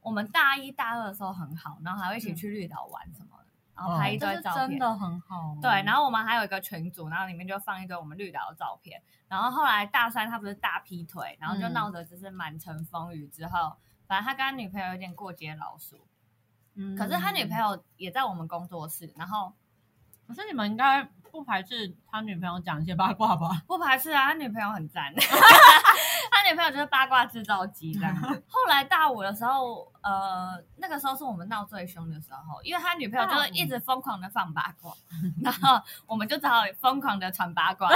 A: 我们大一大二的时候很好，然后还会一起去绿岛玩什么的，然后拍一堆
C: 嗯哦这是
A: 照片。
C: 真的很好，啊
A: 对，然
C: 后
A: 后我们还有一个群组，然后里面就放一堆我们绿岛的照片。然后后来大三他不是大劈腿，然后就
C: 嗯
A: 闹得就是满城风雨之后，反正他跟他女朋友有点过街老鼠，
C: 嗯
A: 可是他女朋，友也在我们工作室，然后
C: 可是你们应该不排斥他女朋友讲一些八卦 [laughs] 吧？
A: 不排斥啊，他女朋友很赞，他女朋友就是八卦制造机这样。后来大五的时候，呃，那个时候是我们闹最凶的时候，因为他女朋友就是一直疯狂的放八卦，然后我们就只好疯狂的传八卦，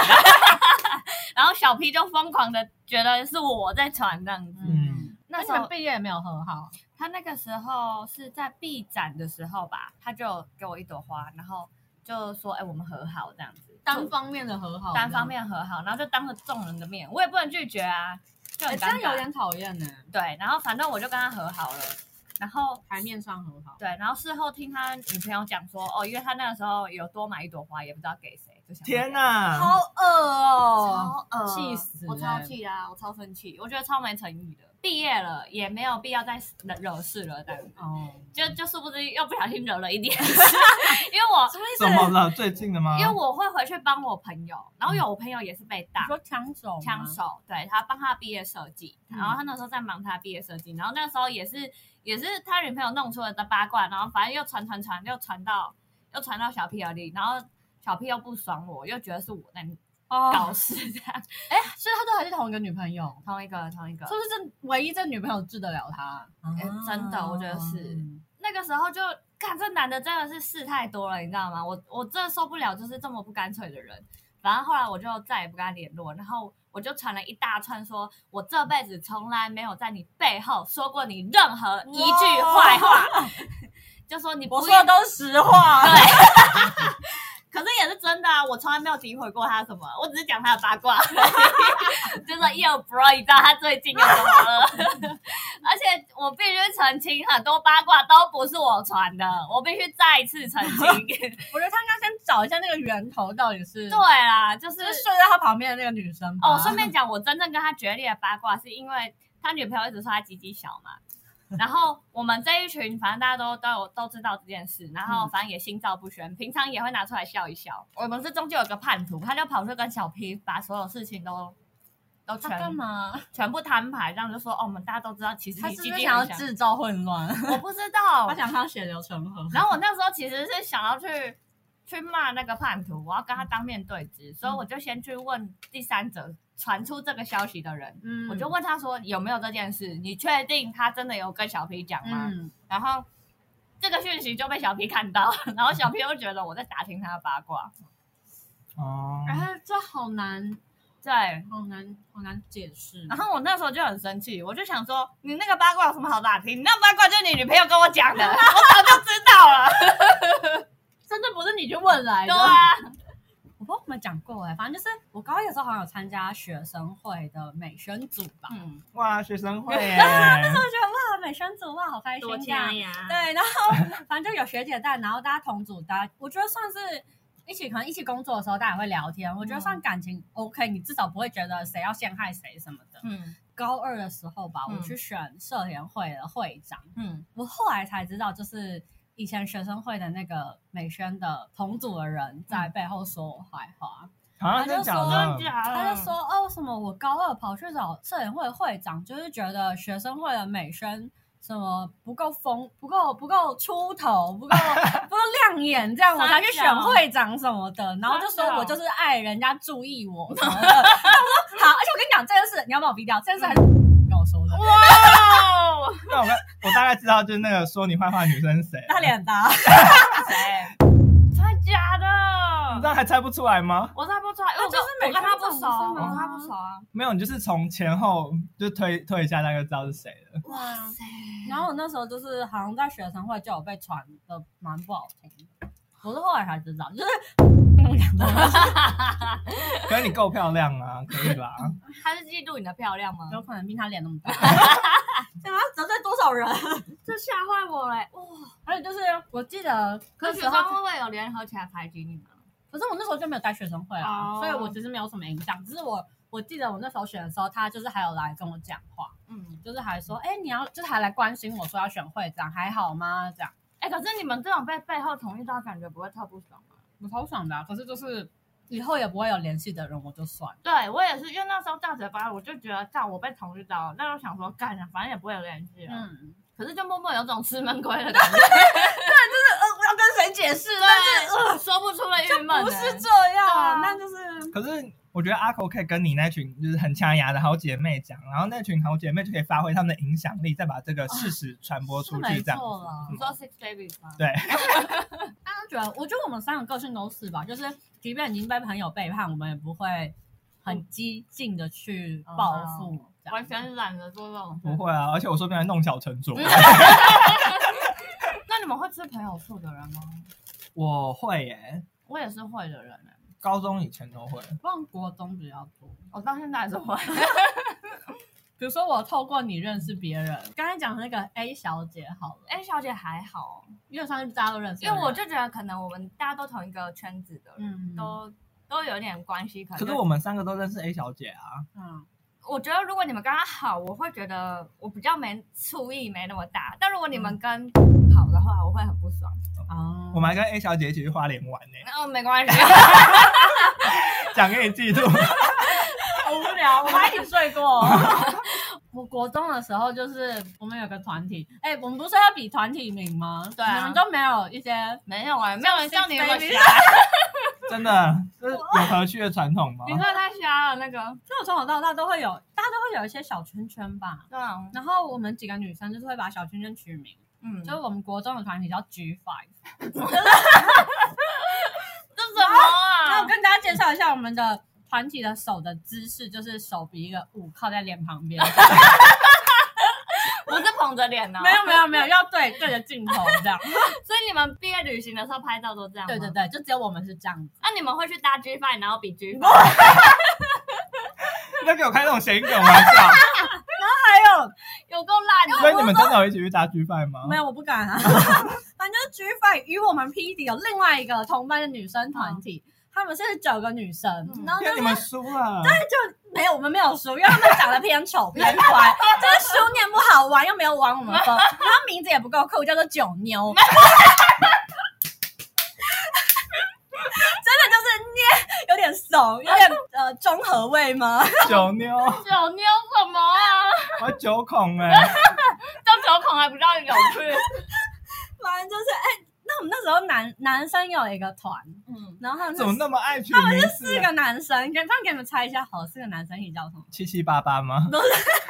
A: 然后小 P 就疯狂的觉得是我在传这样子。
B: 嗯，
A: 那时
C: 你们
A: 候
C: 毕业也没有和好，
A: 他那个时候是在 B 展的时候吧，他就给我一朵花，然后就说：“哎、我们和好这样子。”
C: 单方面的和好，
A: 单方面和好，然后就当着众人的面，我也不能拒绝啊，就
C: 这样，
A: 很
C: 哎这
A: 尴
C: 样
A: 尬。
C: 有点讨厌呢。
A: 对，然后反正我就跟他和好了，然后
C: 台面上和好，
A: 对，然后事后听他女朋友讲说，哦，因为他那个时候有多买一朵花，也不知道给谁，就想
B: 天
A: 哪，
B: 哪，
C: 好恶哦，
A: 超恶
C: 气死
A: 我超气欸啦、我超生气，我觉得超没诚意的。毕业了也没有必要再惹惹事了，但
C: 哦，
A: 就就殊不知又不小心惹了一点， [laughs] 因为我
C: 什么意思？
B: 怎么了？最近的吗？
A: 因为我会回去帮我朋友，然后有我朋友也是被
C: 你
A: 打，
C: 说抢手吗
A: 啊枪手，对他帮他毕业设计，
C: 嗯
A: 然后他那时候在忙他毕业设计，然后那时候也是也是他女朋友弄出来的八卦，然后反正又传传传，又传到又传到小 P 耳里，然后小 P 又不爽我，又觉得是我在搞
C: 哦，
A: 事，这样、
C: 哎，所以他都还是同一个女朋友，
A: 同一个同一个
C: 是。不是这唯一这女朋友治得了他？
A: 哎真的我觉得是那个时候就看这男的真的是事太多了，你知道吗？我我真的受不了，就是这么不干脆的人。反正后来我就再也不跟他联络，然后我就传了一大串说，我这辈子从来没有在你背后说过你任何一句坏话， [laughs] 就说你不
C: 哦我
A: 要
C: 说的都是实话。
A: 对，可是也是真的啊，我从来没有诋毁过他什么，我只是讲他的八卦， [laughs] 就是又 bro，你知道他最近又怎么了？而且我必须澄清，很多八卦都不是我传的，我必须再次澄
C: [laughs]
A: 清。
C: [laughs]
A: [laughs]
C: 我觉得他应该先找一下那个源头到底是，
A: 对啦，就是
C: 就是睡在他旁边的那个女生吧。
A: 哦，顺便讲，我真正跟他决裂的八卦是因为他女朋友一直说他鸡鸡小
C: [laughs]
A: 嘛。然后我们这一群，反正大家都都有都知道这件事，然
C: 嗯
A: 后反正也心照不宣，平常也会拿出来笑一笑。我们是中间有个叛徒，他就跑去跟小 P 把所有事情都都
C: 他
A: 全
C: 干嘛？
A: 全部摊牌，这样就说哦，我们大家都知道，其实
C: 他
A: 你
C: 是
A: 鸡
C: 不是
A: 鸡
C: 想要
A: 很小，
C: 制造混乱？
A: 我不知道
C: [laughs] 他。想他血流成河。
A: 然后我那时候其实是想要去去骂那个叛徒，我要跟他当面对质，所以我就先去问第三者传出这个消息的人，
C: 嗯
A: 我就问他说有没有这件事？你确定他真的有跟小 P 讲吗？
C: 嗯，
A: 然后这个讯息就被小 P 看到， [laughs] 然后小 P 又觉得我在打听他的八卦。
B: 哦，
C: 哎，这好难，
A: 对，
C: 好难，好难解释。
A: 然后我那时候就很生气，我就想说你那个八卦有什么好打听？你那八卦就是你女朋友跟我讲的，我 [laughs] 早就知道了。
C: 真的不是你去问来
A: 对
C: 的。
A: 啊，
C: 我不知道有没有讲过哎，反正就是我高一的时候好像有参加学生会的美宣组吧，
A: 嗯，
B: 哇，学生
C: [laughs]
B: 会耶，
C: 我就觉得哇，美宣组哇，好开心呀！
A: 呀，
C: 对，然后 [laughs] 反正就有学姐在，然后大家同组，大家我觉得算是一起，可能一起工作的时候大家也会聊天，我觉得算感情 OK，你至少不会觉得谁要陷害谁什么的。
A: 嗯
C: 高二的时候吧，
A: 嗯
C: 我去选社联会的会长，
A: 嗯
C: 我后来才知道，就是以前学生会的那个美宣的同组的人在背后说我坏话。
B: 好像真的假的
A: 真？假的？
C: 他就说哦什么，我高二跑去找摄影会会长，就是觉得学生会的美宣什么不够风，不够不够出头，不够不够亮眼，这样我才去选会长什么的。然后就说
A: 傻笑
C: 我就是爱人家注意我什么的。他说好，而且我跟你讲这件事，你要帮我逼掉，这件事还是跟我说的。
A: 哇，哦 [laughs]
B: 那我看我大概知道，就是那个说你坏话的女生是谁了，
C: 他 [laughs] 脸大，
A: 谁？哎真假
B: 你
A: 的？
B: 那还猜不出来吗？
A: 我猜不出来，因为我跟
C: 他就是美
A: 我跟他不
C: 宣
A: 熟，
C: 长
A: 我
C: 不是吗
A: 跟他不熟啊。
B: 没有，你就是从前后就推推一下，大概就知道是谁了。
C: 哇塞！然后我那时候就是好像在学生会就有被传的蛮不好听的，我是后来才知道，就是那种感觉。
B: 可是你够漂亮啊， [laughs] 可以吧？
A: 他是嫉妒你的漂亮吗？
C: 有可能比他脸
A: [laughs]
C: 那么大。对啊，得罪多少人？
A: 这吓坏我嘞！哇，
C: 而且就是我记得，
A: 可
C: 那
A: 是
C: 时
A: 学
C: 候
A: 生会不会有联合起来排挤你吗？
C: 可是我那时候就没有带学生会啊
A: 哦
C: 所以我其实没有什么影响。只是我我记得我那时候选的时候，他就是还有来跟我讲话，
A: 嗯，
C: 就是还说，哎、你要就是还来关心我说要选会长，还好吗？这样
A: 哎，可是你们这种被背后同意到，感觉不会特不爽吗？
C: 我超爽的啊、可是就是以后也不会有联系的人，我就算了。
A: 对我也是，因为那时候大嘴巴，我就觉得，照我被同意到，那时候想说，干，反正也不会有联系了。
C: 嗯，
A: 可是就默默有种吃闷亏的感觉，
C: 呃我要跟谁解释？
A: [laughs] 对，啊说不出的郁闷、欸。
C: 不是这
A: 对啊
C: 样，那就是
B: 可是我觉得阿口可以跟你那群就是很掐牙的好姐妹讲，然后那群好姐妹就可以发挥她们的影响力，再把这个事实传播
C: 是
B: 出
C: 没
B: 去，这样
C: 错了。
A: 你说 Six Babies
C: 啊
A: 吗？
B: 对。
C: 大家觉得，我觉得我们三个个性都是吧，就是即便已经被朋友背叛，我们也不会很激进的去报复。这样
A: 完全懒得做这种
B: 不
A: 事。
B: 会啊，而且我说不定还弄巧成
C: [laughs]
B: 拙。
A: 那你们会吃朋友醋的人吗？
B: 我会耶，
A: 我也是会的人、欸，
B: 高中以前都会。
C: 放国中比较多。
A: 我到现在还是会。
C: 比如说，我透过你认识别人，刚才讲的那个 A 小姐好了，
A: A 小姐还好，
C: 因为上次大家都认识
A: [laughs]
C: 的
A: 因
C: 人，
A: 为我就觉得可能我们大家都同一个圈子的人，
C: 嗯
A: 都都有点关系。可能
B: 可是我们三个都认识 A 小姐啊，
C: 嗯
A: 我觉得如果你们跟她好，我会觉得我比较没醋意没那么大。但如果你们跟好的话，我会很不爽。
C: 哦，
B: 我们还跟 A 小姐一起去花莲玩呢、
A: 那、哦、没关系，
B: 讲给你嫉妒。
C: 好无聊，我们还一起睡过。 [laughs] 我国中的时候，就是我们有个团体，哎、我们不是要比团体名吗？
A: 对啊
C: 你们都没有一些，
A: 没有啊，没有人叫你们
C: Baby
A: 瞎，
B: [laughs] 真的，这是有和煦的传统吗？
A: 你说太瞎了那个。
C: 就我从小到大都会有，大家都会有一些小圈圈吧。
A: 对啊，
C: 然后我们几个女生就是会把小圈圈取名，
A: 嗯，
C: 就是我们国中的团体叫 G
A: 这
C: Five。
A: 什么
C: 那
A: 啊 [laughs]
C: 我？跟大家介绍一下我们的团体的手的姿势，就是手比一个五靠在脸旁 [laughs] 边，
A: 不是捧着脸呢、
C: 没有没有没有，要对对着镜头这样。
A: 所以你们毕业旅行的时候拍照都这样吗
C: [laughs] 对对。对，就只有我们是这样子。
A: 那、你们会去搭 G Five 然后比 G Five？
B: 你在给我开那种谐音梗玩
C: [laughs]
B: 笑，
C: 还哎有
A: 有够烂
B: 所以
A: 的，
B: 你们真的有一起去搭 G 饭吗？
C: 没有，我不敢啊。 [laughs] 反正 G Five 与我们 P D 有另外一个同班的女生团体，她们是九个女生，
A: 嗯
C: 然后
B: 嗯因为
C: 就
B: 你
C: 是
B: 们输了。
C: 没有我们没有输，因为她们长得偏丑偏乖， [laughs] 就是书念不好玩，又没有玩我们
B: [laughs]
C: 风，然后名字也不够酷，叫做九妞。真的就是捏有点怂，有点呃中和味吗？ [laughs]
B: 九
A: 九
B: 妞，
A: 妞什么啊？
B: 我九孔哎、欸，
A: 叫九孔还不叫有趣？
C: 反正就是哎、那我们那时候男男生有一个团，
A: [laughs] 嗯，
C: 然后他们是
B: 怎么那么爱取名字
C: 四
B: 啊、
C: 个男生，给他们给你们猜一下，好了，四个男生一起叫什么？
B: 七七八八吗？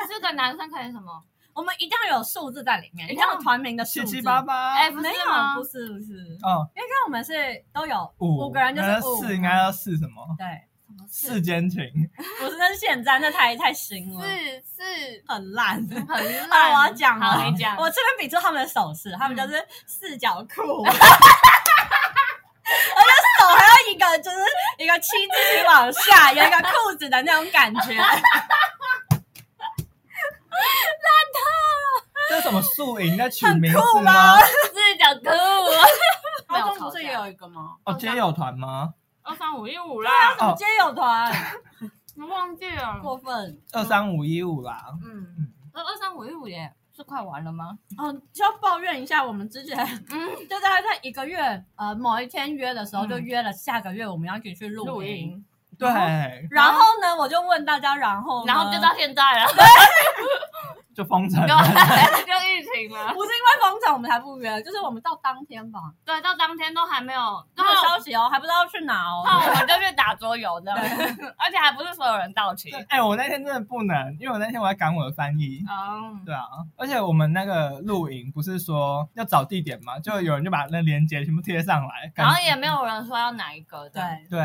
A: 这个男生可以什么？
C: 我们一定要有数字在里面，一定要有团名的数
B: 七
C: 字。
B: 七八八。
A: 哎、不
C: 没
A: 是
C: 有，
A: 吗？
C: 啊不是不是，因
B: 哦，
C: 为看我们是都有
B: 五
C: 五个人就
B: 那
C: 是五，
B: 四，应该要四什么？
C: 对，
A: 什么
B: 世间情，
C: 不是那是现在那太太新了，
A: 是是
C: 很烂。
A: 很
C: 那 [laughs]
A: 烂。
C: 哦我要讲
A: 好，
C: 了
A: 你讲。
C: 我这边比出他们的手势，他们
B: 嗯
C: 就是四角
B: [laughs]
C: 裤，而且手还要一个就是一个七字形往下，有一个裤子的那种感觉。
B: 这是什么宿营在取
C: 很
B: 名
C: 酷
B: 字
C: 吗
B: 吗？
A: 是讲科舞，没有
C: 高
A: 吵
C: 中不是
A: 架
C: 也有一个吗？
B: 哦，街友团吗？
A: 二三五一五啦，
C: 什么街友团？
A: 我忘记了。
C: 过分。
B: 二三五一五啦。
A: 嗯，
B: 嗯，
A: 二二三五一五也是快完了吗？
C: 哦，就要抱怨一下，我们之前
A: 嗯，
C: 就大概在一个月，呃，某一天约的时候，
A: 嗯
C: 就约了下个月我们要一起去露营。，
B: 对，
C: 然后呢，我就问大家，然后呢
A: 然后就到现在 [laughs] 了，
B: 就封城了。
A: 就疫情了。
C: 不是因为封城我们才不约，就是我们到当天吧，
A: [laughs] 对，到当天都还没有，
C: 没
A: 然
C: 有
A: 后
C: 消息哦，还不知道去哪哦。
A: 那我们就去打桌游这样， [laughs] 而且还不是所有人到齐。
B: 哎、我那天真的不能，因为我那天我在赶我的翻译。
A: 嗯，
B: 对啊，而且我们那个露营不是说要找地点嘛，就有人就把那链接全部贴上来，感
A: 然后也没有人说要哪一个
C: 对
A: 的。，
B: 对，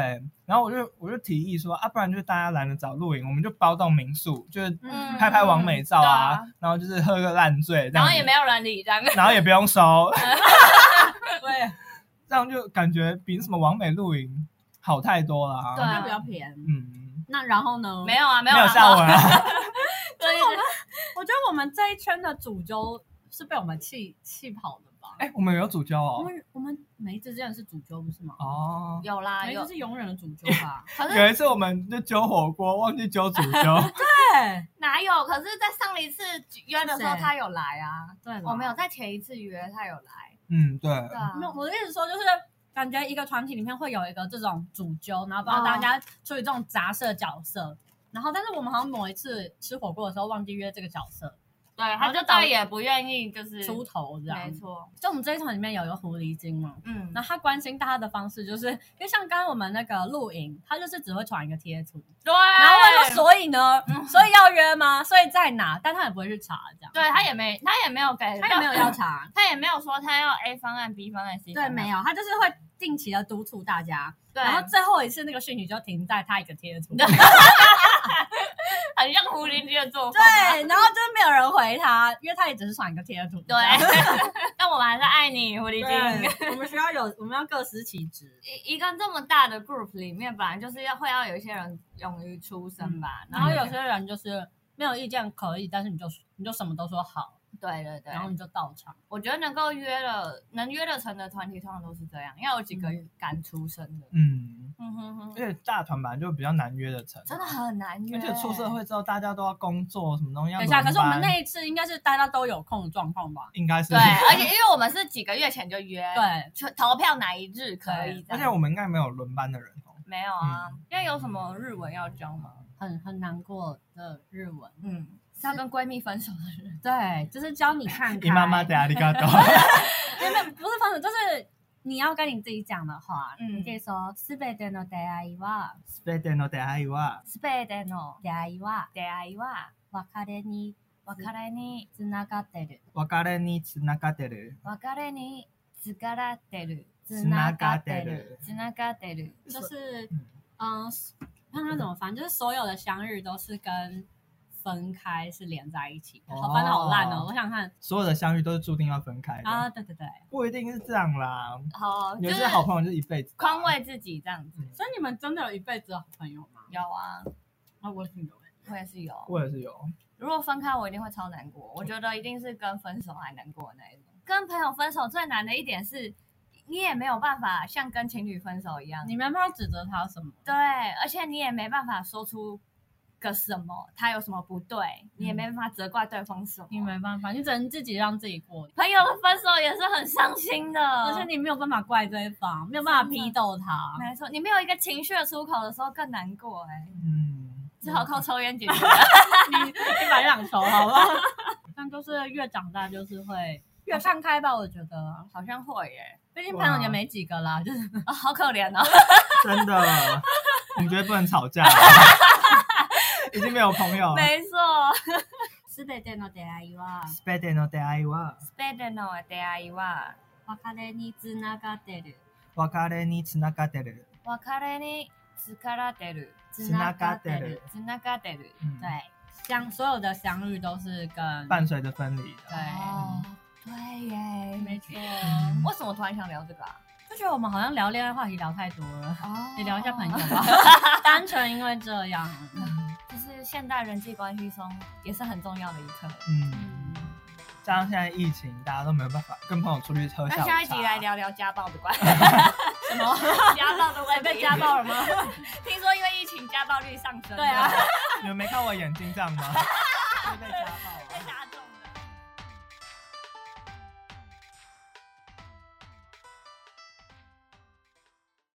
B: 然后我就我就提议说啊，不然就是大家懒得找露营，我们就包栋民宿，就是
A: 嗯
B: 拍拍完美照啊，
A: 嗯
B: 然后就是喝个烂醉，这
A: 然
B: 样
A: 后
B: 子
A: 也没有人理，这样
B: 然后也不用收，
C: 嗯对，
B: 这样就感觉比什么完美露营好太多了、啊。
A: 对啊
C: 那比较便宜。
B: 嗯，
C: 那然后呢？
A: 没有啊，没有
B: 没有
A: 人
B: 下文、
A: 说， [laughs]
B: 啊，
A: 对对对
C: [laughs] 我觉得我们这一圈的主揪是被我们气气跑的吧？
B: 哎、我们有主教
C: 我
A: 嗯
B: 哦，
C: 们我们梅子之前是主揪不是吗？
B: 哦。
A: 有啦
C: 梅
A: 有
C: 子，是永远的主揪吧？
A: 可是
B: 有一次我们就揪火锅，忘记揪主揪，
C: [laughs] 对
A: 哪有？可是，在上一次约的时候
C: 谁
A: 他有来啊，
C: 对啦，
A: 我没有在前一次约他有来，
B: 嗯，对，
A: 对啊
C: 没有，我的意思说就是。感觉一个团体里面会有一个这种主揪，然后帮
A: 哦
C: 大家处理这种杂色角色。然后，但是我们好像某一次吃火锅的时候忘记约这个角色，
A: 对，
C: 后
A: 他就
C: 就导
A: 再也不愿意就是
C: 出头这样
A: 没。错，
C: 就我们这一团里面有一个狐狸精嘛，
A: 嗯，
C: 那他关心大家的方式就是，因为像刚刚我们那个露营，他就是只会传一个贴图，
A: 对，
C: 然
A: 然
C: 后问说所以呢，所以要约吗？所以在哪？但他也不会去查这样，
A: 对他也没他也没有给，
C: 他也没有要，查，
A: 他也没有说他要 A 方案、B 方案、C 方
C: [laughs] 对，
A: 案，
C: 没有，他就是会定期的督促大家，
A: 对，
C: 然后最后一次那个讯息就停在他一个贴图，
A: 对很像狐狸精的做法，
C: 对，然后就是没有人回他，因为他也只是传一个贴图， [laughs]
A: 对，但我们还是爱你，狐狸精。
C: 对，我们需要有，我们要各司其职。
A: 一一个这么大的 group 里面，本来就是要会要有一些人勇于出声吧，然
C: 然
A: 后
C: 后
A: 有
C: 有些人就是没有意见可以，但是你就你就什么都说好，
A: 对对对，
C: 然后你就到场。
A: 我觉得能够约了能约得成的团体，通常都是这样，要有几个
C: 嗯
A: 敢出声的，
B: 嗯，
A: 嗯哼哼
B: 而，且大团本来就比较难约得成，
A: 真的很难约，
B: 而且出社会之后大家都要工作，什么东西要
C: 等一下，
B: 轮
C: 可是我
B: 班
C: 们那一次应该是大家都有空的状况吧？
B: 应该是
A: 对，而且因为我们是几个月前就约，
C: 对，
A: 就投票哪一日可以
C: 对
A: 这样，
B: 而且我们应该没有轮班的人哦。
A: 没有啊，
C: 嗯
A: 因为有什么日文要教吗？
C: 很很难过的日文。
A: 嗯，是要跟闺蜜分手的人，
C: 对，就是教你看
B: [laughs] 你
C: 开。
B: 妈妈
C: 没
B: 的阿里嘎多， [laughs]
C: 有，不是方式，就是你要跟你自己讲的话，
A: 嗯
C: 你可以说すべての出会いは
B: すべての出会いは
A: すべての
C: 出会いは
A: 出会いは
C: 別れに
A: 別れに
C: つながってる。
B: 別れにつながってる。
A: 別れに疲れてる
B: つながってる。
A: つながってる，
C: 就是
B: 嗯
C: 嗯，看他怎么翻，就是所有的相遇都是跟分开是连在一起的，好翻的好烂哦！
B: 哦
C: 我想看
B: 所有的相遇都是注定要分开
C: 啊，
B: 的，
C: [laughs] 对对对，
B: 不一定是这样啦。
A: 好，就
B: 有
A: 是
B: 些好朋友就是一辈子。
A: 宽慰自己这样子。
C: 所以你们真的有一辈子的好朋友吗？
A: 有啊，
C: 啊，我挺有的，
A: 我也是有。
B: 我也是有，
A: 如果分开，我一定会超难过。我觉得一定是跟分手还难过的那一种。跟朋友分手最难的一点是，你也没有办法像跟情侣分手一样。
C: 你没办法指责他什么，啊
A: 对，而且你也没办法说出个什么，他有什么不对，你也没办法责怪对方什么。
C: 你没办法，你只能自己让自己过，
A: 朋友的分手也是很伤心的，
C: 而且你没有办法怪对方，没有办法批斗他。
A: 没错，你没有一个情绪的出口的时候更难过哎、
B: 嗯，
A: 只好靠抽烟解决。
C: 你你白两球好 [laughs] 不好？但就是越长大就是会越看开吧，我觉得，
A: 好像会耶、
C: 毕竟朋友也没几个啦，就是 [laughs]
A: 啊、好可怜哦。
B: [laughs] 真的，你觉得不能
A: [laughs]
B: 吵架？已经没有朋友了。
A: 没错。
C: すべての出会いは
B: すべての出会いは
A: Better no day wa
C: 別れにつながってる。
B: 別れにつながってる。
A: wakare ni tsukara deru
B: つながってる。
A: tsunaga deru
B: 嗯，
C: 对，相所有的相遇都是跟
B: 伴随着分离的。
C: 对，
A: 哦，对耶，
C: 没错。
B: 嗯
A: 为什么突然想聊这个啊？
C: 就觉得我们好像聊恋爱话题聊太多了，
A: 哦
C: 也聊一下朋友，吧， [laughs] 单纯因为这 [laughs] 样。
A: 就是现代人际关系中也是很重要的一课。
B: 嗯，加上现在疫情，大家都没有办法跟朋友出去喝
A: 那
B: 下午茶。啊
A: 下一集来聊聊家暴的关系，
C: [laughs] 什么？
A: [laughs] 家暴的关系
C: [laughs] 被家暴了吗？
A: 听说因为疫情家暴率上升， [laughs]
C: 对啊，
B: 你们没看我眼睛这样吗？